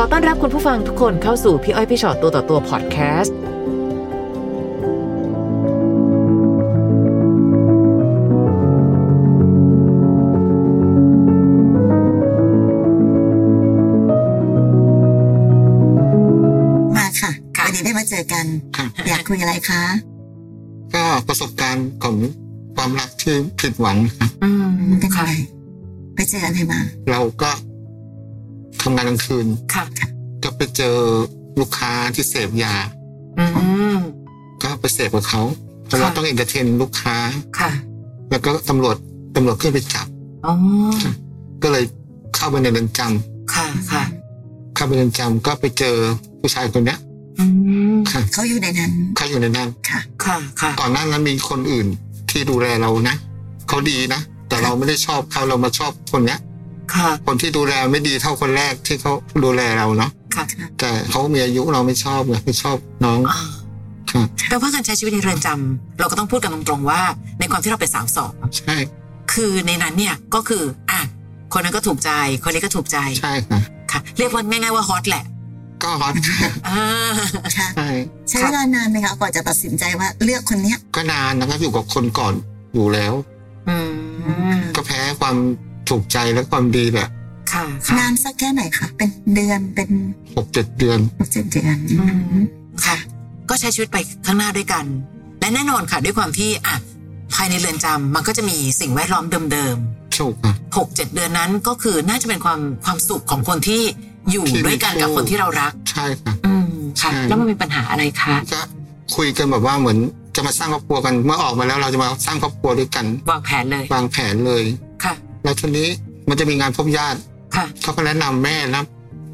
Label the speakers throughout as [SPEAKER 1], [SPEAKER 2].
[SPEAKER 1] อต้อนรับคุณผู้ฟังทุกคนเข้าสู่พี่อ้อยพี่ชอตตัวต่อตัวพอดแคสต์
[SPEAKER 2] มาค่ะ
[SPEAKER 3] ค่ะ
[SPEAKER 2] วันนี้ได้มาเจอกัน
[SPEAKER 3] ครับ
[SPEAKER 2] อยากคุยอะไรคะ
[SPEAKER 3] ก็ประสบการณ์ของความรักที่ผิดหวังครับ
[SPEAKER 1] อืม
[SPEAKER 2] เป็นอะ
[SPEAKER 1] ค่ะ
[SPEAKER 2] ไรไปเจออะไรมา
[SPEAKER 3] เราก็ทำงานกลางคืน
[SPEAKER 1] ค่ะ
[SPEAKER 3] ก็ไปเจอลูกค้าที่เสพยา
[SPEAKER 1] อืม
[SPEAKER 3] ก็ไปเสพกับเขาเพราะ
[SPEAKER 1] ค่ะ
[SPEAKER 3] เราต้องเอนเตอร์เทนลูกค้า
[SPEAKER 1] ค่ะ
[SPEAKER 3] แล้วก็ตำรวจตำรวจขึ้นไปจับ
[SPEAKER 1] อ๋อ
[SPEAKER 3] ก็เลยเข้าไปในเรือนจ
[SPEAKER 1] ค่ะค่ะ
[SPEAKER 3] ำเข้าไปเรือนจำก็ไปเจอผู้ชายคนเนี้ย
[SPEAKER 1] อืม
[SPEAKER 3] ค่ะ
[SPEAKER 2] เขาอยู่ในนั้น
[SPEAKER 3] เขาอยู่ในนั้น
[SPEAKER 2] ค่ะ
[SPEAKER 1] ค่ะค่ะ
[SPEAKER 3] ก่อนหน้านั้นมีคนอื่นที่ดูแลเรานะเขาดีนะแต่เราไม่ได้ชอบเขาเรามาชอบคนเนี้ย
[SPEAKER 1] ค่ะ
[SPEAKER 3] คนที่ดูแลไม่ดีเท่าคนแรกที่เขาดูแลเราเนาะ
[SPEAKER 1] ค่ะ
[SPEAKER 3] แต่เขามีอายุเราไม่ชอบไงไม่ชอบน้อง
[SPEAKER 1] อ่า
[SPEAKER 3] ครับ
[SPEAKER 1] แปลว่าการใช้ชีวิตในเรือนจำเราก็ต้องพูดกันตรงๆว่า ในความที่เราเป็นสาวสอง
[SPEAKER 3] ใช่
[SPEAKER 1] คือในนั้นเนี่ยก็คืออ่ะคนนั้นก็ถูกใจคนนี้ก็ถูกใจ
[SPEAKER 3] ใช่ค่ะ
[SPEAKER 1] ค่ะ เรียกว่าง่ายๆว่าฮอตแหละ
[SPEAKER 3] ก็ฮอต
[SPEAKER 1] อ่า
[SPEAKER 2] ค่ะ
[SPEAKER 3] ใช่
[SPEAKER 2] ใช้เวลานานไหมคะกว่าจะตัดสินใจว่าเลือกคนเนี้ย
[SPEAKER 3] ก็นานนะครับอยู่กับคนก่อนอยู่แล้ว
[SPEAKER 1] อืม
[SPEAKER 3] ก็แพ้ความถูกใจและความดีแบบ
[SPEAKER 1] ค่ะค่ะ
[SPEAKER 2] นานสักแค่ไหนคะเป็นเดือนเป็น
[SPEAKER 3] หกเจ็ดเดือน
[SPEAKER 2] หกเจ็ดเดือน
[SPEAKER 1] อืมค่ะ ก็ใช้ชีวิตไปข้างหน้าด้วยกัน และแน่นอนค่ะด้วยความที่อ่ะภายในเรือนจำมันก็จะมีสิ่งแวดล้อมเดิม
[SPEAKER 3] ถูกค่ะ
[SPEAKER 1] ๆหกเจ็ดเดือนนั้นก็คือน่าจะเป็นความความสุขของคนที่อยู่
[SPEAKER 3] ที่มี
[SPEAKER 1] ด้วยกัน
[SPEAKER 3] คู่
[SPEAKER 1] กับคนที่เรารัก
[SPEAKER 3] ใช่ค่ะ
[SPEAKER 1] อืมค่ะ
[SPEAKER 3] ใช่
[SPEAKER 1] แล้วมันมีปัญหาอะไรคะ
[SPEAKER 3] ก็คุยกันแบบว่าเหมือนจะมาสร้างครอบครัวกันเมื่อออกมาแล้วเราจะมาสร้างครอบครัวด้วยกัน
[SPEAKER 1] วางแผนเลยว
[SPEAKER 3] างแผนเลย
[SPEAKER 1] ค่ะ
[SPEAKER 3] แล้วทีนี้มันจะมีงานพบญาติ
[SPEAKER 1] ค่ะ
[SPEAKER 3] เขาก็แนะนำแม่นะ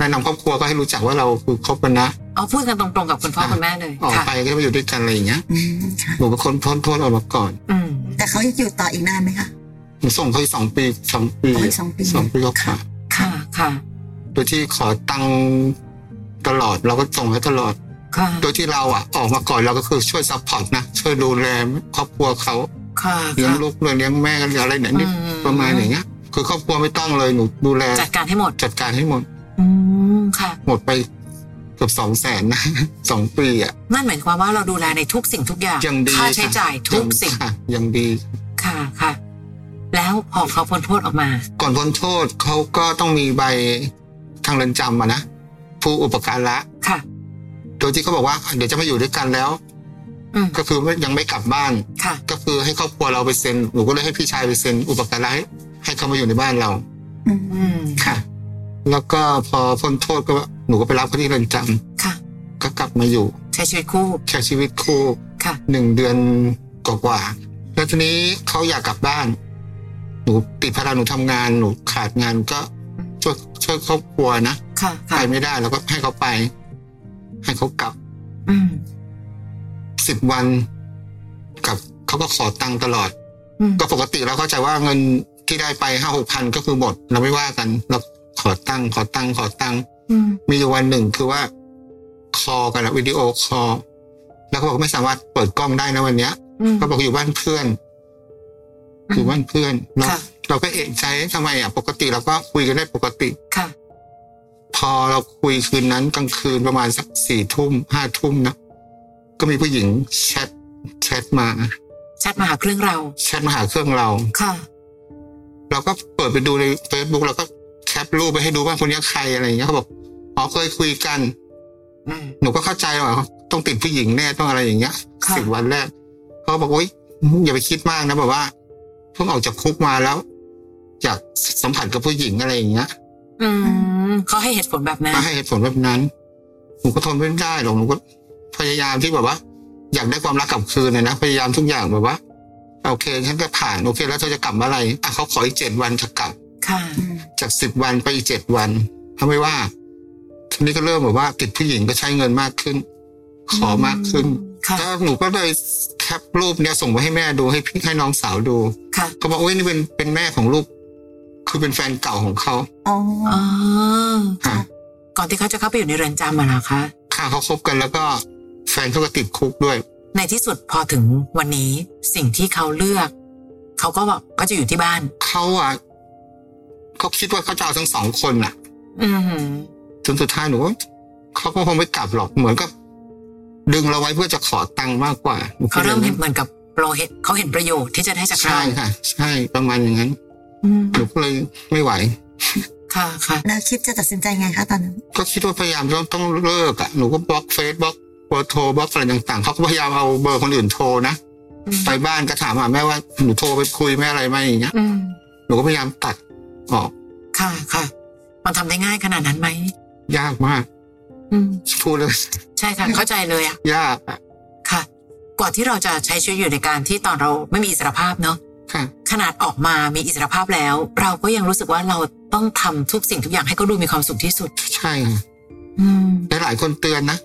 [SPEAKER 3] แนะนำครอบครัวก็ให้รู้จักว่าเราคือครอบกันนะ
[SPEAKER 1] เอาพูดกันตรงๆกับคุณพ่อ
[SPEAKER 3] ค่ะ
[SPEAKER 1] คุณแม่เลย
[SPEAKER 3] ออก
[SPEAKER 1] ค่ะ
[SPEAKER 3] ไปก็มาอยู่ด้วยกันอะไรอย่างเงี้ย
[SPEAKER 2] อืมค่ะ
[SPEAKER 3] หนูเป็นคนพ้นโทษออกมาก่อน
[SPEAKER 1] อืม
[SPEAKER 2] แต่เขาอยู่ต่ออีกนานไหมคะ
[SPEAKER 3] หนูส่งเขาอีกสองปีสองปี
[SPEAKER 2] อ๋ออีกสองปี
[SPEAKER 3] สองปีก็ขาด
[SPEAKER 1] ค่ะค่ะ
[SPEAKER 3] โดยที่ขอตังค์ตลอดเราก็ส่งให้ตลอด
[SPEAKER 1] ค่ะ
[SPEAKER 3] โดยที่เราอ่ะออกมาก่อนเราก็คือช่วยซัพพอร์ตนะช่วยดูแลครอบครัวเขา
[SPEAKER 1] ค่ะ
[SPEAKER 3] เลี้ยง
[SPEAKER 1] ค่ะ
[SPEAKER 3] ลูกด้วยเลี้ยงแม่กันอะไรเนี่ยนิด
[SPEAKER 1] อืม
[SPEAKER 3] ประมาณอย่างเงี้ย คือครอบครัวไม่ต้องเลยหนูดูแล
[SPEAKER 1] จัดการให้หมด
[SPEAKER 3] จัดการให้หมด
[SPEAKER 1] อืมค่ะ
[SPEAKER 3] หมดไปเกือบสองแสนนะ สองปีอ่ะ
[SPEAKER 1] นั่นหมายความว่าเราดูแลในทุกสิ่งทุกอย่าง
[SPEAKER 3] ยังดี
[SPEAKER 1] ค่าใช้
[SPEAKER 3] ค่ะ
[SPEAKER 1] จ่ายทุกสิ่ง
[SPEAKER 3] ค่ะยังดี
[SPEAKER 1] ค่ะค่ะ แล้วพอเขาพ้นโทษออกมา
[SPEAKER 3] ก่อนพ้นโทษเขาก็ต้องมีใบทางเรือนจำอะนะผู้อุปการะ
[SPEAKER 1] ค่ะ
[SPEAKER 3] โดยที่เขาบอกว่าเดี๋ยวจะมาอยู่ด้วยกันแล้ว
[SPEAKER 1] อืม
[SPEAKER 3] ก็คือไม่ยังไม่กลับบ้าน
[SPEAKER 1] ค่ะ
[SPEAKER 3] ก็คือให้ครอบครัวเราไปเซ็นหนูก็เลยให้พี่ชายไปเซ็นอุปการะให้ให้เขามาอยู่ในบ้านเรา
[SPEAKER 2] อืม
[SPEAKER 1] อืม
[SPEAKER 3] ค่ะ แล้วก็พอพ้นโทษก็หนูก็ไปรับเขาที่เรือนจ
[SPEAKER 1] ค่ะ
[SPEAKER 3] ำก็กลับมาอยู่
[SPEAKER 1] ใช้ชีวิตคู่
[SPEAKER 3] ใช้ชีวิตคู่
[SPEAKER 1] ค่ะ
[SPEAKER 3] หนึ่งเดือนกว่าๆแล้วทีนี้เขาอยากกลับบ้าน หนูติดภาระหนูทำงานหนูขาดงานก็ช่วยช่วยครอบครัวนะ
[SPEAKER 1] ค่ะ
[SPEAKER 3] ไป
[SPEAKER 1] ค่ะ
[SPEAKER 3] ไม่ได้เราก็ให้เขาไป ให้เขากลับ
[SPEAKER 1] อืม
[SPEAKER 3] สิบวันกับเขาก็ขอตังค์ตลอด
[SPEAKER 1] อืม
[SPEAKER 3] ก็ปกติเราเข้าใจว่าเงินที่ได้ไปห้าหกพันก็คือหมด เราไม่ว่ากันเราขอตังค์ขอตังค์ขอตังค์
[SPEAKER 1] อืม
[SPEAKER 3] มีอยู่วันหนึ่งคือว่า คอกันอะวิดีโอคอลแล้วเขาบอกไม่สามารถเปิดกล้องได้นะวันเนี้ย
[SPEAKER 1] อืม
[SPEAKER 3] เขาบอกอยู่บ้านเพื่อน อยู่บ้านเพื่อนเรา
[SPEAKER 1] ค่ะ
[SPEAKER 3] เราก็เอกใจทำไมอ่ะ ปกติเราก็คุยกันได้ปกติ
[SPEAKER 1] ค่ะ
[SPEAKER 3] พอเราคุยคืนนั้นกลางคืนประมาณสักสี่ทุ่มห้าทุ่มนะก็มีผู้หญิงแชทแชทมา
[SPEAKER 1] แชทมาหาเครื่องเรา
[SPEAKER 3] แชทมาหาเครื่องเรา
[SPEAKER 1] ค่ะ
[SPEAKER 3] เราก็เปิดไปดูใน Facebook เราก็แคปรูปไปให้ดูว่าคนนี้ใครอะไรอย่างเงี้ยเขาบอกอ๋อเคยคุยกัน
[SPEAKER 1] อืม
[SPEAKER 3] หนูก็เข้าใจว่าต้องติดผู้หญิงแน่ต้องอะไรอย่างเงี้ย
[SPEAKER 1] ค่ะ
[SPEAKER 3] สิบวันแรกเขาบอกโอ๊ยอย่าไปคิดมากนะแบบว่าเพิ่งออกจากคุกมาแล้วอยากสัมผัสกับผู้หญิงอะไรอย่างเงี้ย
[SPEAKER 1] อืมเขาให้เหตุผลแบบนั้น
[SPEAKER 3] มาให้เหตุผลแบบนั้น หนูก็ทนไม่ได้หรอกหนูก็พยายามที่แบบว่า อยากได้ความรักกลับคืนนะนะพยายามทุกอย่างแบบว่าโอเคฉันก็ผ่านโอเค แล้วเธอจะกลับเมื่อไหร่อ่ะเขาขออีกเจ็ดวันจะกลับ
[SPEAKER 1] ค่ะ
[SPEAKER 2] อืม
[SPEAKER 3] จากสิบวันไปอีกเจ็ดวันทำไมว่า ทีนี้ก็เริ่มแบบว่าติดผู้หญิงก็ใช้เงินมากขึ้น ขอมากขึ้น
[SPEAKER 1] ค่ะ
[SPEAKER 3] แล้วหนูก็เลยแคปรูปเนี้ยส่งไปให้แม่ดูให้พี่ให้น้องสาวดู
[SPEAKER 1] ค่ะ
[SPEAKER 3] เขาบอกโอ้ยนี่เป็นเป็นแม่ของลูก คือเป็นแฟนเก่าของเขา
[SPEAKER 2] อ๋อ
[SPEAKER 1] อ๋อ
[SPEAKER 3] ค่ะ
[SPEAKER 1] ก่อนที่เขาจะเข้าไปอยู่ในเรือนจำมาแล้วคะ
[SPEAKER 3] ค่ะเขาคบกันแล้วก็แฟนเขาก็ติดคุกด้วย
[SPEAKER 1] ในที่สุดพอถึงวันนี้สิ่งที่เขาเลือก เขาก็บอกก็จะอยู่ที่บ้าน
[SPEAKER 3] เขาอ่ะเขาคิดว่าเขาจะเอาทั้งสองคนอ่ะ
[SPEAKER 1] อืม
[SPEAKER 3] จนสุดท้ายหนูก็เขาก็คงไม่กลับหรอกเหมือนกับ ดึงเราไว้เพื่อจะขอตังค์มากกว่าหนูคิ
[SPEAKER 1] เขา
[SPEAKER 3] ดอย่
[SPEAKER 1] เริ่ม
[SPEAKER 3] ง
[SPEAKER 1] เห็
[SPEAKER 3] นั้น น
[SPEAKER 1] เหมือนกับเราเห็นเขาเห็นประโยชน์ที่จะได้จาก
[SPEAKER 3] ใช่
[SPEAKER 1] เรา
[SPEAKER 3] ค่ะ ใช่ประมาณอย่างนั้น
[SPEAKER 1] อืม
[SPEAKER 3] หนูก็เลยไม่ไหว
[SPEAKER 1] ค่ะค่ะ
[SPEAKER 2] แล้วคิดจะตัดสินใจไงคะตอนนั้น
[SPEAKER 3] ก็คิดว่าพยายามจะต้องเลิกอ่ะหนูก็บล็อกเฟซบล็อกเบอร์โทรบล็อกอะไรต่างๆเขาก็พยายามเอาเบอร์คนอื่นโทรนะ
[SPEAKER 1] อืม
[SPEAKER 3] ไปบ้านก็ถามหาแม่ว่าหนูโทรไปคุยแม่อะไรไหมอย่างเงี้ย
[SPEAKER 1] อืม
[SPEAKER 3] หนูก็พยายามตัดออก
[SPEAKER 1] ค่ะค่ะ มันทำได้ง่ายขนาดนั้นไหม
[SPEAKER 3] ยากมาก
[SPEAKER 1] อืม
[SPEAKER 3] พูดเลย
[SPEAKER 1] ใช่ค่ะเข้าใจเลยอะ
[SPEAKER 3] ยากอะ
[SPEAKER 1] ค่ะ กว่าที่เราจะใช้ชีวิตอยู่ในการที่ตอนเราไม่มีอิสรภาพเนาะ
[SPEAKER 3] ค่ะ
[SPEAKER 1] ขนาดออกมามีอิสรภาพแล้ว เราก็ยังรู้สึกว่าเราต้องทำทุกสิ่งทุกอย่างให้เขาดูมีความสุขที่สุด
[SPEAKER 3] ใช่ค่ะ
[SPEAKER 1] อืม
[SPEAKER 3] หลายๆคนเตือนนะ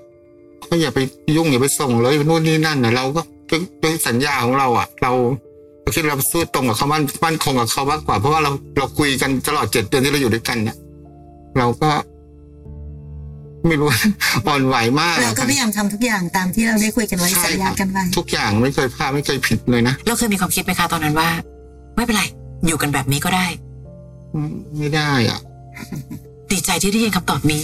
[SPEAKER 3] ก็อย่าไปยุ่งอย่าไปส่งเลยนู่นนี่นั่นนะเราก็เป็นเป็นสัญญาของเราอ่ะ เราเราคิดเราสู้ตรงกับเขามั่นมั่นคงกับเขามากกว่า เพราะว่าเราเราคุยกันตลอดเจ็ดเดือนที่เราอยู่ด้วยกันเนี่ยเราก็ ไม่รู้ อ่อนไหวมาก
[SPEAKER 2] เราก็พยายามทำทุกอย่างตามที่เราได้คุยกันไว้สัญญากันไว้
[SPEAKER 3] ทุกอย่างไม่เคยพลาดไม่เคยผิดเลยนะ
[SPEAKER 1] แล้วเคยมีความคิดไหมคะตอนนั้นว่า ไม่เป็นไร อยู่กันแบบนี้ก็ได้
[SPEAKER 3] อืมไม่ได้อ่ะ
[SPEAKER 1] ดีใจที่ได้ยินคำตอบนี้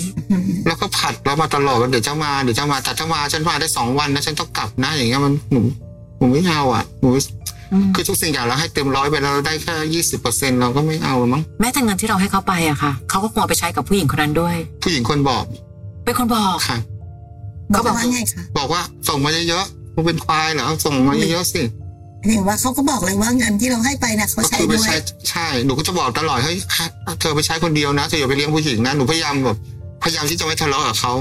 [SPEAKER 3] แล้วก็ผัดเรามาตลอดว่าเดี๋ยวจะมาเดี๋ยวจะมาแต่ถ้ามาฉันมาได้สองวันนะฉันต้องกลับนะ อย่างเงี้ยมันหนูหนูไม่เอาอ่ะหนู
[SPEAKER 1] อืม
[SPEAKER 3] คือทุกสิ่งอย่างเราให้เต็มร้อยไปแล้วเราได้แค่ยี่สิบเปอร์เซ็นเราก็ไม่เอามั้ง
[SPEAKER 1] แม้แต่เงินที่เราให้เขาไปอะค่ะ เขาก็คงเอาไปใช้กับผู้หญิงคนนั้นด้วย
[SPEAKER 3] ผู้หญิงคนบอก
[SPEAKER 1] เป็นคนบอก
[SPEAKER 3] ค่ะ
[SPEAKER 2] บอกว่าไงคะ
[SPEAKER 3] บอกว่าส่งมาเยอะๆมึงเป็นควายเหรอส่งมาเยอะๆสิ
[SPEAKER 2] เห็นว่าเขาก็บอกเลยว่าเงินที่เราให้ไปนะเขา
[SPEAKER 3] ก็
[SPEAKER 2] ใช้
[SPEAKER 3] คือไป
[SPEAKER 2] ด้วย
[SPEAKER 3] ใช้ใช่หนูก็จะบอกตลอดเฮ้ยเธอไปใช้คนเดียวนะเธออย่าไปเลี้ยงผู้หญิงนะหนูพยายามแบบพยายามที่จะไม่ทะเลาะกับเขา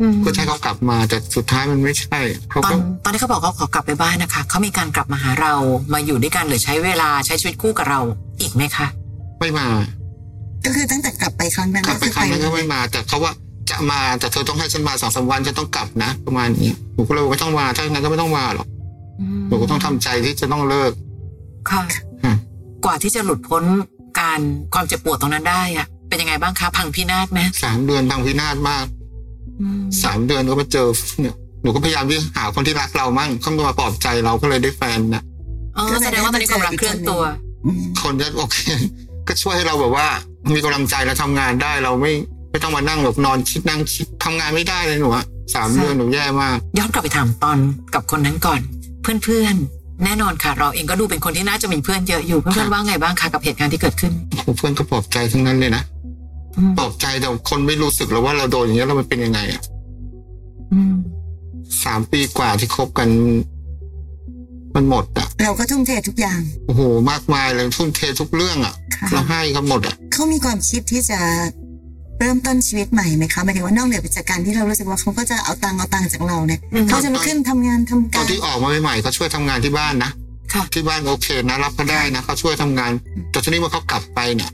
[SPEAKER 1] อืม
[SPEAKER 3] เพื่อให้เขากลับมาแต่สุดท้ายมันไม่ใช่เขา
[SPEAKER 1] ตอน
[SPEAKER 3] ก็
[SPEAKER 1] ตอนที่เขาบอกเขาขอกลับไปบ้านนะคะ เขามีการกลับมาหาเรา มาอยู่ด้วยกันหรือใช้เวลาใช้ชีวิตคู่กับเรา อีกไหมคะ
[SPEAKER 3] ไม่มา
[SPEAKER 2] ก็คือตั้งแต่กลับไปครั้งนั้น
[SPEAKER 3] กลับ
[SPEAKER 2] ก็
[SPEAKER 3] ไป
[SPEAKER 2] คือ
[SPEAKER 3] ครั้งนั้นก็ไม่มา แต่เขาว่าจะมาแต่เธอต้องให้ฉันมาสองสามวันฉันต้องกลับนะ ประมาณนี้หนูก็เลยบอกไม่ต้องมาถ้าอย่างนั้นก็ไม่ต้องมาหรอกหนูก็ต้องทำใจที่จะต้องเลิก
[SPEAKER 1] ค่ะ
[SPEAKER 3] อืม
[SPEAKER 1] กว่าที่จะหลุดพ้นการความเจ็บปวดตรงนั้นได้อะเป็นยังไงบ้างคะพังพินาศไหม
[SPEAKER 3] สามเดือนทางพินาศมาก สามเดือนก็มาเจอเนี่ยหนูก็พยายามที่หาคนที่รักเรามั่งเข้ามาปลอบใจเราก็เลยได้แฟนนะ
[SPEAKER 1] เออแสดงว่าตอนนี้ความรักเคลื่อนตัว
[SPEAKER 2] อืม
[SPEAKER 3] คนที่โอเค ก็ช่วยให้เราแบบว่า มีกำลังใจและทำงานได้เราไม่ไม่ต้องมานั่งแบบนอนคิดนั่งคิดทำงานไม่ได้เลยหนูอะสาม
[SPEAKER 1] ค่ะ
[SPEAKER 3] เดือนหนูแย่มาก
[SPEAKER 1] ย้อนกลับไปถามตอนกับคนนั้นก่อน เพื่อนๆ แน่นอนค่ะ เราเองก็ดูเป็นคนที่น่าจะมีเพื่อนเยอะอยู่ เพื่อนๆว่าไงบ้างคะกับเหตุการณ์ที่เกิดขึ้น
[SPEAKER 3] เพื่อนก็ปลอบใจทั้งนั้นเลยนะ
[SPEAKER 1] อืม
[SPEAKER 3] ปลอบใจแต่คนไม่รู้สึกหรอกว่าเราโดนอย่างเงี้ยแล้วมันเป็นยังไงอะ
[SPEAKER 1] อืม
[SPEAKER 3] สามปีกว่าที่คบกัน มันหมดอะ
[SPEAKER 2] เราก็ทุ่มเททุกอย่าง
[SPEAKER 3] โอ้โหมากมายเลยทุ่มเททุกเรื่องอะ
[SPEAKER 2] ค่ะ
[SPEAKER 3] เราให้เขาหมดอะ
[SPEAKER 2] เขามีความคิดที่จะเริ่มต้นชีวิตใหม่ไหมคะหมายถึงว่านอกเหนือไปจากการที่เรารู้สึกว่าเขาก็จะเอาตังค์เอาตังค์จากเราเนี่ยเขาจะมาขึ้นทำงาน
[SPEAKER 3] ตอก
[SPEAKER 2] ทำาน ร
[SPEAKER 3] ที่ออกมาใหม่ๆเขาช่วยทำงานที่บ้านนะ
[SPEAKER 1] ค่ะ
[SPEAKER 3] ที่บ้านโอเคนะรับเขาได้นะเขาช่วยทำงาน แต่ทีนี้เมื่อเขากลับไปเนี่ย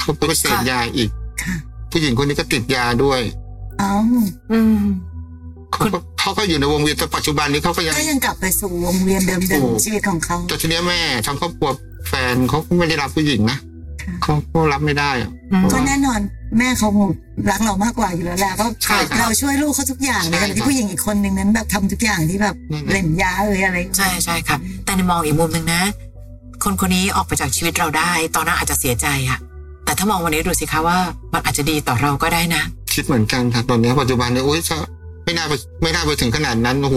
[SPEAKER 3] เขาไปเสพ
[SPEAKER 1] ค่ะ
[SPEAKER 3] ยาอีก
[SPEAKER 2] ค่ะ
[SPEAKER 3] ผู้หญิงคนนี้ก็ติดยาด้วย
[SPEAKER 2] เอ้า
[SPEAKER 1] อืม
[SPEAKER 3] เขาก็เขาก็อยู่ในวงเวียนแต่ปัจจุบันนี้เขาก็ยัง
[SPEAKER 2] ก็ยังกลับไปสู่วงเวียนเดิม
[SPEAKER 3] ถูก
[SPEAKER 2] ๆชีวิตของเขา
[SPEAKER 3] แต่ทีนี้แม่ทางครอบครัวแฟนเขาก็ไม่ได้รับผู้หญิงนะ
[SPEAKER 2] ค่ะ
[SPEAKER 3] เขาก็รับไม่ได้อะ
[SPEAKER 1] อืม
[SPEAKER 2] ก็แน่นอนแม่เขาคงรักเรามากกว่าอยู่แล้วแหละก็
[SPEAKER 3] ใช่ครับ
[SPEAKER 2] เราช่วยลูกเขาทุกอย่าง
[SPEAKER 3] ใช่
[SPEAKER 2] ใน
[SPEAKER 3] ครั
[SPEAKER 2] ข
[SPEAKER 3] บ
[SPEAKER 2] ณะที่ผู้หญิงอีกคนหนึ่งนั้นแบบทำทุกอย่างที่แบบ
[SPEAKER 3] นั่นแหละ
[SPEAKER 2] เล่นยาเลยอะไร
[SPEAKER 1] ใช่ใช่ค่ะ แต่ในมองอีกมุมหนึ่งนะ คนคนนี้ออกไปจากชีวิตเราได้ ตอนนั้นอาจจะเสียใจอะแต่ถ้ามองวันนี้ดูสิคะว่า มันอาจจะดีต่อเราก็ได้นะ
[SPEAKER 3] คิดเหมือนกันค่ะตอนนี้ปัจจุบันเนี่ยโอ๊ยจะไม่น่าไปไม่น่าไปถึงขนาดนั้นโอ้โห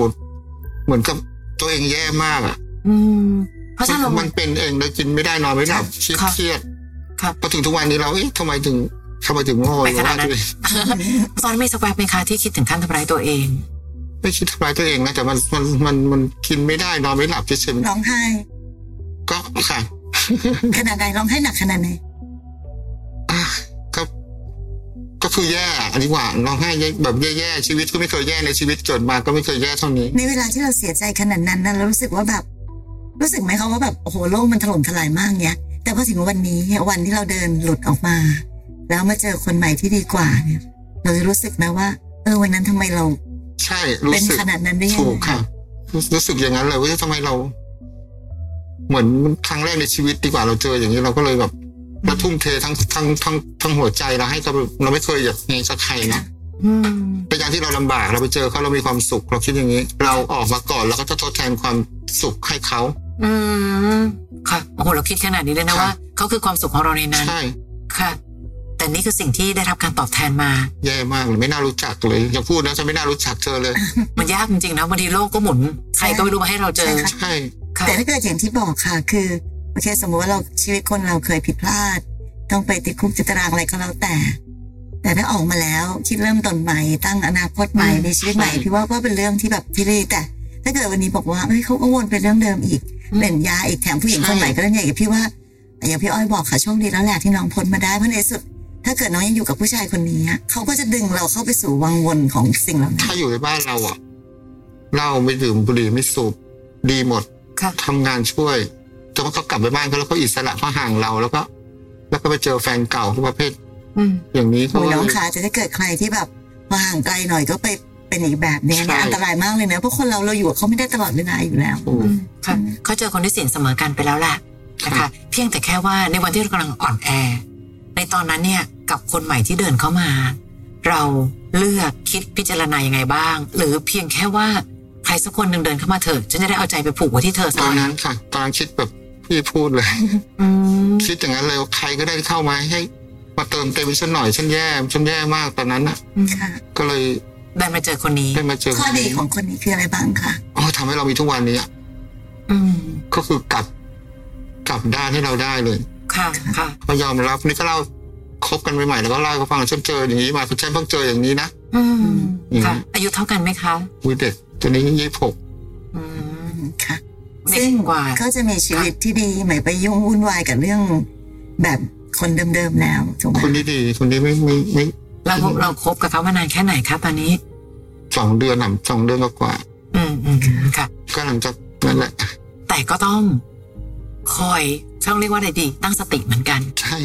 [SPEAKER 3] เหมือนกับตัวเองแย่มากอะ
[SPEAKER 1] อืม เพราะฉะนั้นเรา
[SPEAKER 3] มันเป็นเองเลยกินไม่ได้นอนไม่หลับเครียด
[SPEAKER 1] ค่ะ
[SPEAKER 3] เครียด
[SPEAKER 1] ครับ
[SPEAKER 3] พอถึงทุกวันนี้เราเอ๊ะทำไมถึงทำไมถึงโง่
[SPEAKER 1] ไป
[SPEAKER 3] หรือ
[SPEAKER 1] ขนาด
[SPEAKER 3] ว่า
[SPEAKER 1] นั้น
[SPEAKER 3] ตัวเอง
[SPEAKER 1] ตอนนนไม่สักแวบไหมคะที่คิดถึงขั้นทำร้ายตัวเอง
[SPEAKER 3] ไม่คิดทำร้ายตัวเองนะแต่มันมันมันมันกินไม่ได้นอนไม่หลับเฉย
[SPEAKER 2] ร้องไห้
[SPEAKER 3] ๆก็ค่ะ
[SPEAKER 2] ขนาดไหนร้องไห้หนักขนาดไหน
[SPEAKER 3] อ่ะก็ก็คือแย่อันนี้หว่าร้องไห้แย่แบบแย่ๆชีวิตก็ไม่เคยแย่ในชีวิตเกิดมาก็ไม่เคยแย่เท่านี้
[SPEAKER 2] ในเวลาที่เราเสียใจขนาดนั้นนะเรารู้สึกว่าแบบ รู้สึกไหมคะว่าแบบโอ้โหโลกมันถล่มทลายมากเนี้ย แต่พอถึงวันนี้เนี่ยวันที่เราเดินหลุดออกมา แล้วมาเจอคนใหม่ที่ดีกว่าเนี่ย เราจะรู้สึกไหมว่า เออวันนั้นทำไมเรา
[SPEAKER 3] ใช่รู้
[SPEAKER 2] เป็น
[SPEAKER 3] สึก
[SPEAKER 2] ขนาดนั้นได้ยัง
[SPEAKER 3] ถู
[SPEAKER 2] ไง
[SPEAKER 3] กค่ะรู้รู้สึกอย่างนั้นเลยว่าทำไมเรา เหมือนครั้งแรกในชีวิตดีกว่าเราเจออย่างนี้เราก็เลยแบบเราทุ่มเททั้งทั้งทั้งทั้งหัวใจเราให้กับเราไม่เคยอยากในสักใครนะ
[SPEAKER 1] อืม
[SPEAKER 3] ในการที่เราลำบากเราไปเจอเขาเรามีความสุขเราคิดอย่างนี้ เราออกมาก่อนเราก็จะทดแทนความสุขให้เขา
[SPEAKER 1] อืม ค่ะ โอ้โห เราคิดขนาดนี้เลยนะ
[SPEAKER 3] ค่ะ
[SPEAKER 1] ว่า เขาคือความสุขของเราในนั้น
[SPEAKER 3] ใช่
[SPEAKER 1] ค่ะ แต่นี่คือสิ่งที่ได้รับการตอบแทนมา
[SPEAKER 3] แย่มากเลยไม่น่ารู้จักเลยอย่าพูดนะฉันไม่น่ารู้จักเธอเลย
[SPEAKER 1] มันยากจริงๆนะบางทีโลกก็หมุนใครก็ไม่รู้มาให้เราเจอ
[SPEAKER 2] ใช่ค่ะ
[SPEAKER 3] ใช่
[SPEAKER 1] ค่ะ
[SPEAKER 2] แต่ถ้าเกิดอย่างที่บอกค่ะ คือโอเคสมมติว่าเราชีวิตคนเราเคยผิดพลาด ต้องไปติดคุกติดตารางอะไรก็แล้วแต่ แต่ถ้าออกมาแล้วคิดเริ่มต้นใหม่ตั้งอนาคตใหม่ในชีวิตใหม่พี่ว่าก็เป็นเรื่องที่แบบที่ดีแต่ ถ้าเกิดวันนี้บอกว่าเฮ้ยเขาก็วนไปเรื่องเดิมอีกเล่นยาอีกแถมผู้หญิงคนใหม่ก็เล่นยาอีกพี่ว่าแต่อย่างพี่อ้อยบอกค่ะโชคดีแล้วแหละที่น้องพ้นมาได้เพราะในที่สุด ถ้าเกิดน้องยังอยู่กับผู้ชายคนนี้อะเขาก็จะดึงเราเข้าไปสู่วังวนของสิ่งเหล่านั้น
[SPEAKER 3] ถ้าอยู่ในบ้านเราอ่ะเหล้าไม่ดื่มบุหรี่ไม่สูบดีหมด
[SPEAKER 1] ค่ะ
[SPEAKER 3] ทำงานช่วย แต่ว่าเขากลับไปบ้านเขาแล้วเขาอิสระเขาห่างเราแล้วก็ แล้วก็ไปเจอแฟนเก่าที่ประเภท
[SPEAKER 1] อืม
[SPEAKER 3] อย่างนี้เขา
[SPEAKER 2] โอ้ย
[SPEAKER 3] ก็
[SPEAKER 2] น้อง
[SPEAKER 3] เลย
[SPEAKER 2] ขาจะถ้าเกิดใครที่แบบมาห่างไกลหน่อยก็ไปเป็นอีกแบบเนี้ย
[SPEAKER 3] ใช่
[SPEAKER 2] นะอันตรายมากเลยนะเพราะคนเราเราอยู่กับเขาไม่ได้ตลอดเวลาอยู่แล้ว
[SPEAKER 3] อืม
[SPEAKER 1] อืมค่ะเขาเจอคนที่สินเสมอกันไปแล้วแหละนะ
[SPEAKER 3] ครั
[SPEAKER 1] คะ
[SPEAKER 3] บ
[SPEAKER 1] เพียงแต่แค่ว่าในวันที่เรากำลังอ่อนแอ ในตอนนั้นเนี่ยกับคนใหม่ที่เดินเข้ามา เราเลือกคิดพิจารณายังไงบ้าง หรือเพียงแค่ว่าใครสักคนหนึ่งเดินเข้ามาเถอะฉันจะได้เอาใจไปผูกไว้ที่เธอ
[SPEAKER 3] ต
[SPEAKER 1] สั
[SPEAKER 3] อ
[SPEAKER 1] ห
[SPEAKER 3] ก น
[SPEAKER 1] น่
[SPEAKER 3] นั้
[SPEAKER 1] อย
[SPEAKER 3] นค่ะ ตอนนั้นคิดแบบพี่พูดเลย
[SPEAKER 1] อืม
[SPEAKER 3] คิดอย่างนั้นเลยว่าใครก็ได้ที่เข้ามาให้มาเติมเต็มฉันหน่อยฉันแย่ฉันแย่มากตอนนั้นอ่ะ
[SPEAKER 2] ค่ะ
[SPEAKER 3] ก็เลย
[SPEAKER 1] ได้มาเจอคนนี้
[SPEAKER 3] ได้มาเจอ
[SPEAKER 2] ข้อดีของคนนี้คืออะไรบ้างคะ
[SPEAKER 3] อ๋อทำให้เรามีทุกวันนี้อะ
[SPEAKER 1] อืม
[SPEAKER 3] ก็คือกลับ กลับด้านให้เราได้เลย
[SPEAKER 1] ค่ะค่ะ
[SPEAKER 3] เรายอมรับนี่ก็เล่าคบกันใหม่ๆแล้วก็เล่าให้เขาฟังฉันเจออย่างนี้มาฉันเพิ่งเจออย่างนี้นะ
[SPEAKER 1] อืม
[SPEAKER 3] อืม
[SPEAKER 1] ค่ะ อายุเท่ากันไหมคะ
[SPEAKER 3] อุ้ยเด็กตัวนี้ยี่สิบหก
[SPEAKER 1] อืม
[SPEAKER 2] ค่ะ
[SPEAKER 1] เด็กกว่า
[SPEAKER 2] ก็จะมีชีวิตที่ดีไม่ไปยุ่งวุ่นวายกับเรื่องแบบคนเดิมๆแล้วถูกไหม
[SPEAKER 3] คนนี้ดีคนนี้ไม่ไม่ไม่
[SPEAKER 1] เราเราคบกับเขามานานแค่ไหนคะตอนนี้
[SPEAKER 3] สองเดือนหน่ำสองเดือนกว่า
[SPEAKER 1] อืมอืมอืมค่ะ
[SPEAKER 3] ๆก็หลังจากนั้นแหละ
[SPEAKER 1] แต่ก็ต้องคอยช่องเรียกว่าอะไรดี ตั้งสติเหมือนกัน
[SPEAKER 3] ใช่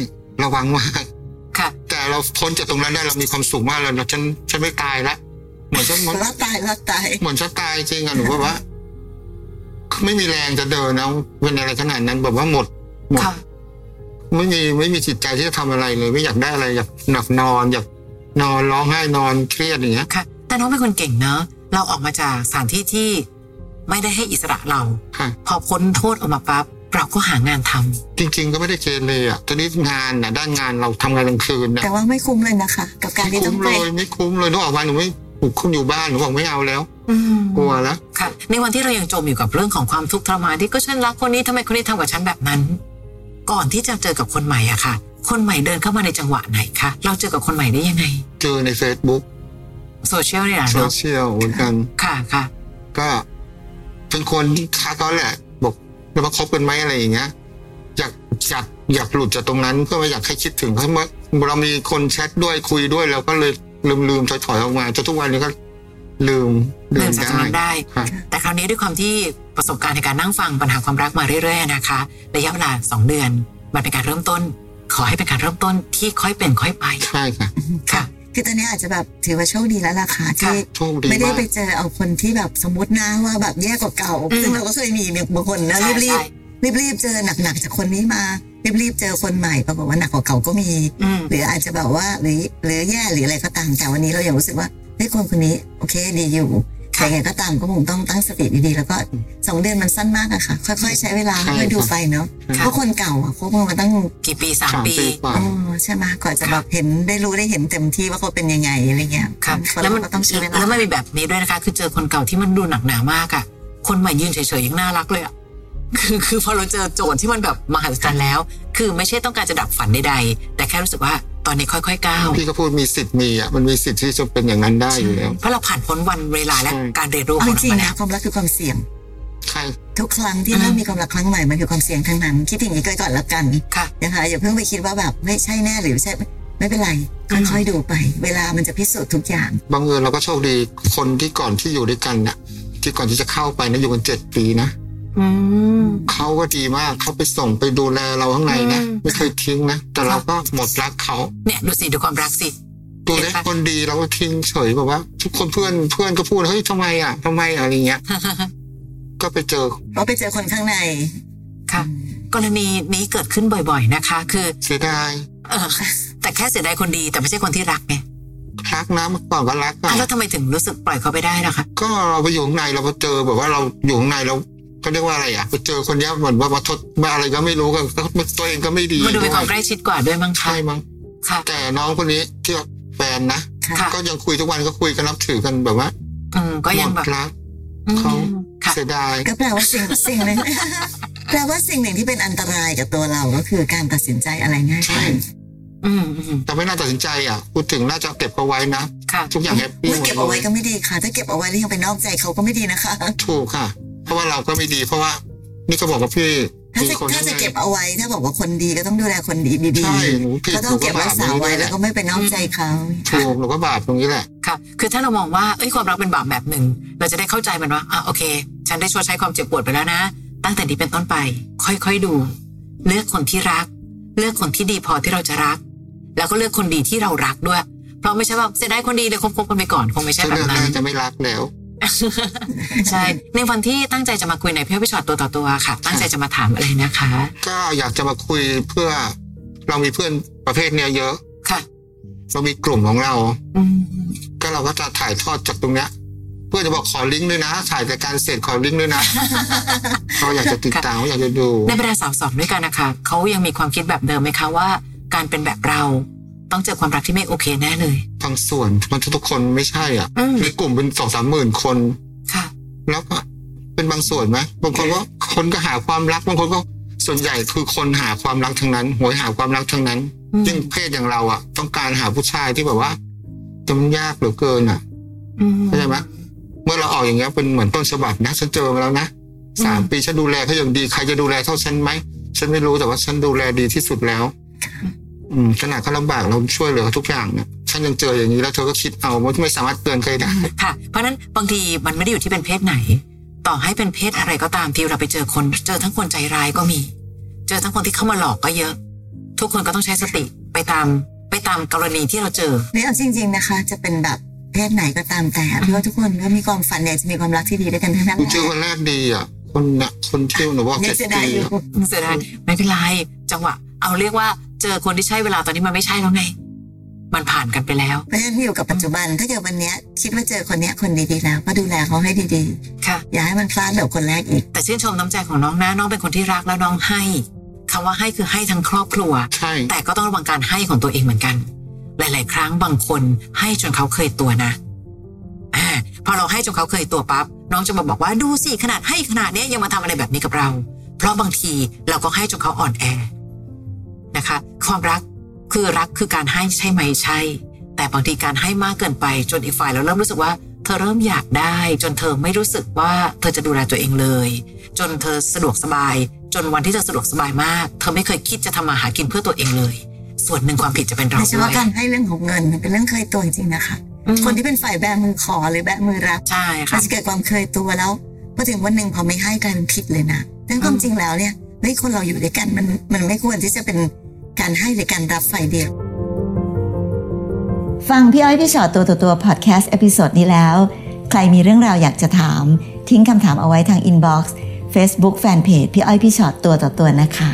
[SPEAKER 3] ระวังมาก
[SPEAKER 1] ค่ะ
[SPEAKER 3] แต่เราพ้นจากตรงนั้นได้เรามีความสุขมากแล้วนะฉันฉันไม่ตายละเหมือนฉันเหมือน
[SPEAKER 2] รอดตายรอดตาย
[SPEAKER 3] เหมือนฉันตายจริงอะหนูว่าว่า ไม่มีแรงจะเดินแล้วเป็นอะไรขนาดนั้นแบบว่าหมด หมด
[SPEAKER 1] ค่ะ
[SPEAKER 3] ไม่มีไม่มีจิตใจที่จะทำอะไรเลย ไม่อยากได้อะไรอยากหนักนอนอยากนอนร้องไห้นอนเครียดอย่างเงี้ย
[SPEAKER 1] ค่ะ แต่น้องเป็นคนเก่งเนอะเราออกมาจากสถานที่ที่ไม่ได้ให้อิสระเรา
[SPEAKER 3] ค่ะ
[SPEAKER 1] พอพ้นโทษออกมาปั๊บเราก็หางานทำ
[SPEAKER 3] จริง ๆ ก็ไม่ได้เกเรอะตอนนี้งานนะด้านงานเราทำงานกลางคืนนะ
[SPEAKER 2] แต่ว่าไม่คุ้มเลยนะคะ กับการ
[SPEAKER 3] ไม่
[SPEAKER 2] ที่ต้อ
[SPEAKER 3] คุ้
[SPEAKER 2] ง
[SPEAKER 3] ม
[SPEAKER 2] ไป
[SPEAKER 3] เลยไม่คุ้มเลยนึกออกว่าหนูไม่หนูคุ้มอยู่บ้านหนูบอกไม่เอาแล้ว กลัวแล้ว
[SPEAKER 1] ค่ะ ในวันที่เรายังจมอยู่กับเรื่องของความทุกข์ทรมานที่ก็ฉันรักคนนี้ทำไมคนนี้ทำกับฉันแบบนั้น ก่อนที่จะเจอกับคนใหม่อะค่ะ คนใหม่เดินเข้ามาในจังหวะไหนคะเราเจอกับคนใหม่ได้ยังไง
[SPEAKER 3] เจอใน Facebook
[SPEAKER 1] โซเชียลเนี่ยเหรอ
[SPEAKER 3] โซ
[SPEAKER 1] เนาะ
[SPEAKER 3] เชียลเหมือนกัน
[SPEAKER 1] ค่ะค่ะ
[SPEAKER 3] ก็เป็นคนทักเขาแหละ บอกเรามาคบกันไหมอะไรอย่างเงี้ยอยากอยากอยากหลุดจากตรงนั้นเพื่อไม่อยากให้คิดถึงเพราะว่าเรามีคนแชทด้วยคุยด้วยเราก็เลยลืมลืมถอยถอยๆออกมาจนทุกวันนี้ก็ ลืมลื
[SPEAKER 1] เดิ
[SPEAKER 3] ม
[SPEAKER 1] นจากตรง
[SPEAKER 3] ได้
[SPEAKER 1] นั้นได้
[SPEAKER 3] ครับ
[SPEAKER 1] แต่คราวนี้ด้วยความที่ประสบการณ์ในการนั่งฟังปัญหาความรักมาเรื่อยๆนะคะระยะเวลาสองเดือน มันเป็นการเริ่มต้น ขอให้เป็นการเริ่มต้นที่ค่อยเป็นค่อยไป
[SPEAKER 3] ใช่ค่ะ
[SPEAKER 1] ค่ะ
[SPEAKER 2] คือตอนนี้อาจจะแบบถือว่าโชคดีแล้วล่ะค่ะ
[SPEAKER 1] ค่ะ
[SPEAKER 2] ที่
[SPEAKER 3] โชคดี
[SPEAKER 2] ไม่ได้
[SPEAKER 3] มาก
[SPEAKER 2] ไปเจอเอาคนที่แบบสมมตินะว่าแบบแย่กว่าเก่า
[SPEAKER 1] อืม
[SPEAKER 2] ซึ่งเราก็เคยมีบางคนนะ
[SPEAKER 1] ใช่
[SPEAKER 2] รีบรี
[SPEAKER 1] ใช่
[SPEAKER 2] บรีบรีบๆเจอหนักๆจากคนนี้มารีบรีบๆเจอคนใหม่ปรากฏว่าหนักกว่าเก่าก็มี
[SPEAKER 1] อืม
[SPEAKER 2] หรืออาจจะแบบว่าหรือหรือแย่หรืออะไรก็ตามแต่วันนี้เราอย่างรู้สึกว่าเฮ้ยคนคนนี้โอเคดีอยู่
[SPEAKER 1] ค่ะ
[SPEAKER 2] แต่ยังไงก็ตามก็คงต้องตั้งสติดีๆแล้วก็สองเดือนมันสั้นมากอะค่ะ ค่อยๆ ใช้เวลาค่อยๆดูไปเนาะเพราะคนเก่าอะคบกันมาตั้ง
[SPEAKER 1] กี่ปีสาม
[SPEAKER 3] สาม
[SPEAKER 1] ปี
[SPEAKER 3] ปีกว่า
[SPEAKER 2] อ๋อใช่ไหมยกว่อนจะแบบเห็นได้รู้ได้เห็นเต็มที่ว่าเขาเป็นยังไงอะไรเงี้ย
[SPEAKER 1] ครับ
[SPEAKER 2] คน
[SPEAKER 1] แล้ว
[SPEAKER 2] เรา
[SPEAKER 1] มัน
[SPEAKER 2] ก็ต้องใช้เวลา
[SPEAKER 1] แล้วมันมีแบบนี้ด้วยนะคะ คือเจอคนเก่าที่มันดูหนักหนามากอะคนใหม่ยืนเฉยๆยังน่ารักเลยอะคือคือพอเราเจอโจทย์ที่มันแบบมหัศจรรย์แล้ว คือไม่ใช่ต้องการจะดับฝันใดๆแต่แค่รู้สึกว่าตอนนี้ค่อยๆก้าว
[SPEAKER 3] พี่ก็พูดมีสิทธิ์มีอ่ะมันมีสิทธิ์ที่จะเป็นอย่างนั้นได้อยู่แล้ว
[SPEAKER 1] เพราะเราผ่านพ้นวันเวลาและ
[SPEAKER 3] ใช่
[SPEAKER 1] การเรียนรู้ข
[SPEAKER 2] เอา
[SPEAKER 1] อง
[SPEAKER 2] จ
[SPEAKER 1] เรา
[SPEAKER 2] ริง
[SPEAKER 1] มา
[SPEAKER 2] ๆ
[SPEAKER 1] แล้ว
[SPEAKER 2] นะความรักคือความเสี่ยง
[SPEAKER 3] ใช่
[SPEAKER 2] ทุกครั้งที่
[SPEAKER 1] อืม
[SPEAKER 2] เริ่มมีความรักครั้งใหม่มันคือความเสี่ยงทั้งนั้นคิดอย่างนี้ก่อนแล้วกัน
[SPEAKER 1] ค่ะ
[SPEAKER 2] นะคะอย่าเพิ่งไปคิดว่าแบบไม่ใช่แน่หรือไม่ใช่ไม่เป็นไร
[SPEAKER 1] อืม
[SPEAKER 2] ค่อยๆดูไป เวลามันจะพิสูจน์ทุกอย่าง
[SPEAKER 3] บังเอิญเราก็โชคดีคนที่ก่อนที่อยู่ด้วยกันน่ะ ที่ก่อนที่จะเข้าไปนะอยู่กันเจ็ดปีนะ
[SPEAKER 1] อืม
[SPEAKER 3] เขาก็ดีมากเขาไปส่งไปดูแลเราข้างในนะ
[SPEAKER 1] อืม
[SPEAKER 3] ไม่เคยทิ้งนะแต่เราก็หมดรักเขา
[SPEAKER 1] เนี่ยดูสิดูความรักสิ
[SPEAKER 3] ตัวเล็ก
[SPEAKER 1] เห็นปะ
[SPEAKER 3] คนดีเราก็ทิ้งเฉยแบบว่า ทุกคนเพื่อนเพื่อนก็พูดเฮ้ยทำไมอ่ะทำไมอะอะไรเงี้ย ก็ไปเจอ
[SPEAKER 2] เพราะไปเจอคนข้างใน
[SPEAKER 1] ค่ะ กรณีนี้เกิดขึ้นบ่อยๆนะคะ คือ
[SPEAKER 3] เสียดาย
[SPEAKER 1] เออแต่แค่เสียดายคนดีแต่ไม่ใช่คนที่รักไง
[SPEAKER 3] รักนะเมื่อก่อนก็รักอ่ะ
[SPEAKER 1] อ่ะแล้วทำไมถึงรู้สึกปล่อยเขาไปได้ล่ะคะ
[SPEAKER 3] ก็เราไปอยู่ข้างในเราไปเจอแบบว่าเราอยู่ข้างในเราก็เรียกว่าอะไรอ่ะไปเจอคนเนี้ยเหมือนว่ามาทดมาอะไรก็ไม่รู้กันแล้วตัวเองก็ไม่ดี
[SPEAKER 1] มาดูเป็นความ
[SPEAKER 3] ด้วย
[SPEAKER 1] ใกล้ชิดกว่าด้วยมั้งคะ
[SPEAKER 3] ใช่มั้ง
[SPEAKER 1] ค่ะ
[SPEAKER 3] แต่น้องคนนี้ที่ว่าแฟนนะ
[SPEAKER 2] ค่ะ
[SPEAKER 1] ค่ะ
[SPEAKER 3] ก็ยังคุยทุกวันก็คุยกันนับถือกันแบบว่า
[SPEAKER 1] อืมก็ยัง
[SPEAKER 3] หม
[SPEAKER 1] แบ
[SPEAKER 3] ด
[SPEAKER 1] บ
[SPEAKER 3] รัก
[SPEAKER 1] อืม
[SPEAKER 3] เขา
[SPEAKER 1] ค่ะ
[SPEAKER 3] เสียดาย
[SPEAKER 2] ก็แปลว่าสิ่ง สิ่งหนึ่ง แปลว่าสิ่งหนึ่งที่เป็นอันตรายกับตัวเราก็คือการตัดสินใจอะไรง่ายไป
[SPEAKER 1] อืมอืม
[SPEAKER 3] แต่ไม่น่าตัดสินใจอ่ะพูดถึงน่าจะเก็บเอาไว้นะ
[SPEAKER 1] ค่ะ
[SPEAKER 3] ทุกอย่างแฮปปี้
[SPEAKER 2] อุ๊ย
[SPEAKER 3] หมด
[SPEAKER 2] เก็บเอา
[SPEAKER 3] เล
[SPEAKER 2] ไว้
[SPEAKER 3] ย
[SPEAKER 2] ก็ไม่ดีค่ะ ถ้าเก็บเอาไว้แล้วยังไปนอกใจเขาก็ไม่ดีนะคะ
[SPEAKER 3] ถูกค่ะ เพราะว่าเราก็ไม่ดี เพราะว่า นี่ก็บอกกับพี่
[SPEAKER 2] ถ้า
[SPEAKER 3] มี
[SPEAKER 2] จะ
[SPEAKER 3] คน
[SPEAKER 2] ถ้าจะ
[SPEAKER 3] ให้
[SPEAKER 2] เก็บเอาไว้ถ้าบอกว่าคนดีก็ต้องดูแลคนดีดี
[SPEAKER 3] ใช่หนูผิด
[SPEAKER 2] ๆก็
[SPEAKER 3] ห
[SPEAKER 2] ต้อง
[SPEAKER 3] นูก็
[SPEAKER 2] เก็บ
[SPEAKER 3] บา
[SPEAKER 2] รั
[SPEAKER 3] ป
[SPEAKER 2] ก
[SPEAKER 3] ตร
[SPEAKER 2] ษาง
[SPEAKER 3] นี้
[SPEAKER 2] ไว้
[SPEAKER 3] แห
[SPEAKER 2] แล้
[SPEAKER 3] ละ
[SPEAKER 2] วก็ไม่ไปนอกใจเขา
[SPEAKER 3] ถูกหนูก็บาปตรงนี้แหละ
[SPEAKER 1] ค่ะ คือถ้าเรามองว่า เอ้ย ความรักเป็นบาปแบบหนึ่ง เราจะได้เข้าใจมันว่า อ่ะ โอเค ฉันได้ชดใช้ความเจ็บปวดไปแล้วนะ ตั้งแต่นี้เป็นต้นไป ค่อยๆดู เลือกคนที่รัก เลือกคนที่ดีพอที่เราจะรัก แล้วก็เลือกคนดีที่เรารักด้วย เพราะไม่ใช่ว่าเสียดายคนดีเลยคบๆกันไปก่อน คงไม่ใช่
[SPEAKER 3] ถ้า
[SPEAKER 1] แบ
[SPEAKER 3] เลื
[SPEAKER 1] บอกนั้
[SPEAKER 3] ได้
[SPEAKER 1] น
[SPEAKER 3] จะไม่รักแล้ว
[SPEAKER 1] ใช่ ในวันที่ตั้งใจจะมาคุยในพี่อ้อยพี่ชอตตัวต่อตัวค่ะ ตั้งใจจะมาถามอะไรนะคะ
[SPEAKER 3] ก็อยากจะมาคุยเพื่อเรามีเพื่อนประเภทเนี้ยเยอะ
[SPEAKER 1] ค่ะ
[SPEAKER 3] เรามีกลุ่มของเรา
[SPEAKER 1] อืม
[SPEAKER 3] ก็เราก็จะถ่ายทอดจากตรงเนี้ยเพื่อจะบอกขอลิงก์ด้วยนะ ถ่ายรายการเสร็จขอลิงก์ด้วยนะ เขาอยากจะติดตามเขาอยากจะดู
[SPEAKER 1] ในบรรดาสาวสองด้วยกันนะคะเขายังมีความคิดแบบเดิมไหมคะว่า การเป็นแบบเราต้องเจอความรักที่ไม่โอเคแน่เลย
[SPEAKER 3] บางส่วนมันทุกคนไม่ใช่อ่ะ
[SPEAKER 1] อืม
[SPEAKER 3] ในกลุ่มเป็นสองสามหมื่นคน
[SPEAKER 1] ค่ะ
[SPEAKER 3] แล้วก็เป็นบางส่วนไหมบางคนก็คนก็หาความรักบางคนก็ส่วนใหญ่คือคนหาความรักทั้งนั้นโหวยหาความรักทั้งนั้น
[SPEAKER 1] อืม
[SPEAKER 3] ยิ่งเพศอย่างเราอ่ะ ต้องการหาผู้ชายที่แบบว่าแต่มันยากเหลือเกินอ่ะ
[SPEAKER 1] อืม
[SPEAKER 3] เข้าใจไหม เมื่อเราออกอย่างเงี้ยเป็นเหมือนต้นฉบับนะฉันเจอมาแล้วนะสาม
[SPEAKER 1] อืม
[SPEAKER 3] ปีฉันดูแลเขาอย่างดีใครจะดูแลเท่าฉันไหมฉันไม่รู้แต่ว่าฉันดูแลดีที่สุดแล้ว อืมขนาดเขาลำบากเราช่วยเหลือเขาทุกอย่างเนี่ยฉันยังเจออย่างนี้แล้วเธอก็คิดเอาว่าไม่สามารถเตือนใครได้
[SPEAKER 1] ค่ะ เพราะฉะนั้นบางทีมันไม่ได้อยู่ที่เป็นเพศไหน ต่อให้เป็นเพศอะไรก็ตามที่เราไปเจอคน เจอทั้งคนใจร้ายก็มี เจอทั้งคนที่เข้ามาหลอกก็เยอะ ทุกคนก็ต้องใช้สติไปตามไปตามกรณีที่เราเจอ
[SPEAKER 2] นี่เอาจริงๆนะคะ จะเป็นแบบเพศไหนก็ตามแต่พี่ว่าทุกคนก็มีความฝันอยากจะมีความรักที่ดีด้วยกันทั้งนั้น
[SPEAKER 3] หนูเจอคนแรกดีอ่ะ คนน่ะคนที่หนูบอก
[SPEAKER 2] เนี่ยเสี
[SPEAKER 3] เจ็ด
[SPEAKER 2] ยดา
[SPEAKER 3] ปี
[SPEAKER 2] ยอยู่
[SPEAKER 3] อะ
[SPEAKER 1] เสียดายไม่เป็นไรจังหวะ เอาเรียกว่าเจอคนที่ใช่เวลาตอนนี้มันไม่ใช่แล้วไง มันผ่านกันไปแล้ว
[SPEAKER 2] เพราะฉะนั้นอยู่กับปัจจุบันถ้าเกิดวันเนี้ยคิดว่าเจอคนเนี้ยคนดีๆแล้วก็ดูแลเขาให้ดี
[SPEAKER 1] ค่ะ
[SPEAKER 2] ๆ อย่าให้มันพลาดแบบคนแรกอีก
[SPEAKER 1] แต่ชื่นชมน้ำใจของน้องนะ น้องเป็นคนที่รักแล้วน้องให้คำว่าให้คือให้ทั้งครอบครัว
[SPEAKER 3] ใช่
[SPEAKER 1] แต่ก็ต้องระวังการให้ของตัวเองเหมือนกัน หลาย ๆ ครั้งบางคนให้จนเขาเคยตัวนะอาพอเราให้จนเขาเคยตัวปั๊บน้องจะมาบอกว่าดูสิขนาดให้ขนาดเนี้ยยังมาทำอะไรแบบนี้กับเรา เพราะบางทีเราก็ให้จนเขาอ่อนแอนะคะ ความรักคือรักคือการให้ใช่ไหมใช่ แต่บางทีการให้มากเกินไปจนอีกฝ่ายเราเริ่มรู้สึกว่า เธอเริ่มอยากได้ จนเธอไม่รู้สึกว่าเธอจะดูแลตัวเองเลย จนเธอสะดวกสบาย จนวันที่เธอสะดวกสบายมาก เธอไม่เคยคิดจะทำมาหากินเพื่อตัวเองเลย ส่วนหนึ่งความผิดจะเป็นเรา
[SPEAKER 2] โดยเฉ
[SPEAKER 1] ด้ว
[SPEAKER 2] พาะ
[SPEAKER 1] ย
[SPEAKER 2] การให้เรื่องของเงินมันเป็นเรื่องเคยตัวจริงๆนะคะ
[SPEAKER 1] อืม
[SPEAKER 2] คนที่เป็นฝ่ายแบมือขอหรือแบมือรับ
[SPEAKER 1] ใช่
[SPEAKER 2] มั
[SPEAKER 1] ค่ะ
[SPEAKER 2] นจะเกิดความเคยตัวแล้วพอถึงวันหนึ่งพอไม่ให้กลายเป็นผิดเลยนะแต่ความจริงแล้วเนี่ยเฮ้ยคนเราอยู่ด้วยกันมันมันไม่ควรที่จะเป็นการให้หรือการรับฝ่ายเดียว
[SPEAKER 4] ฟังพี่อ้อยพี่ชอตตัวต่อตัวพอดแคสต์เอพิโซดนี้แล้ว ใครมีเรื่องราวอยากจะถาม ทิ้งคำถามเอาไว้ทางอินบ็อกซ์เฟซบุ๊กแฟนเพจพี่อ้อยพี่ชอตตัวต่อตัวนะคะ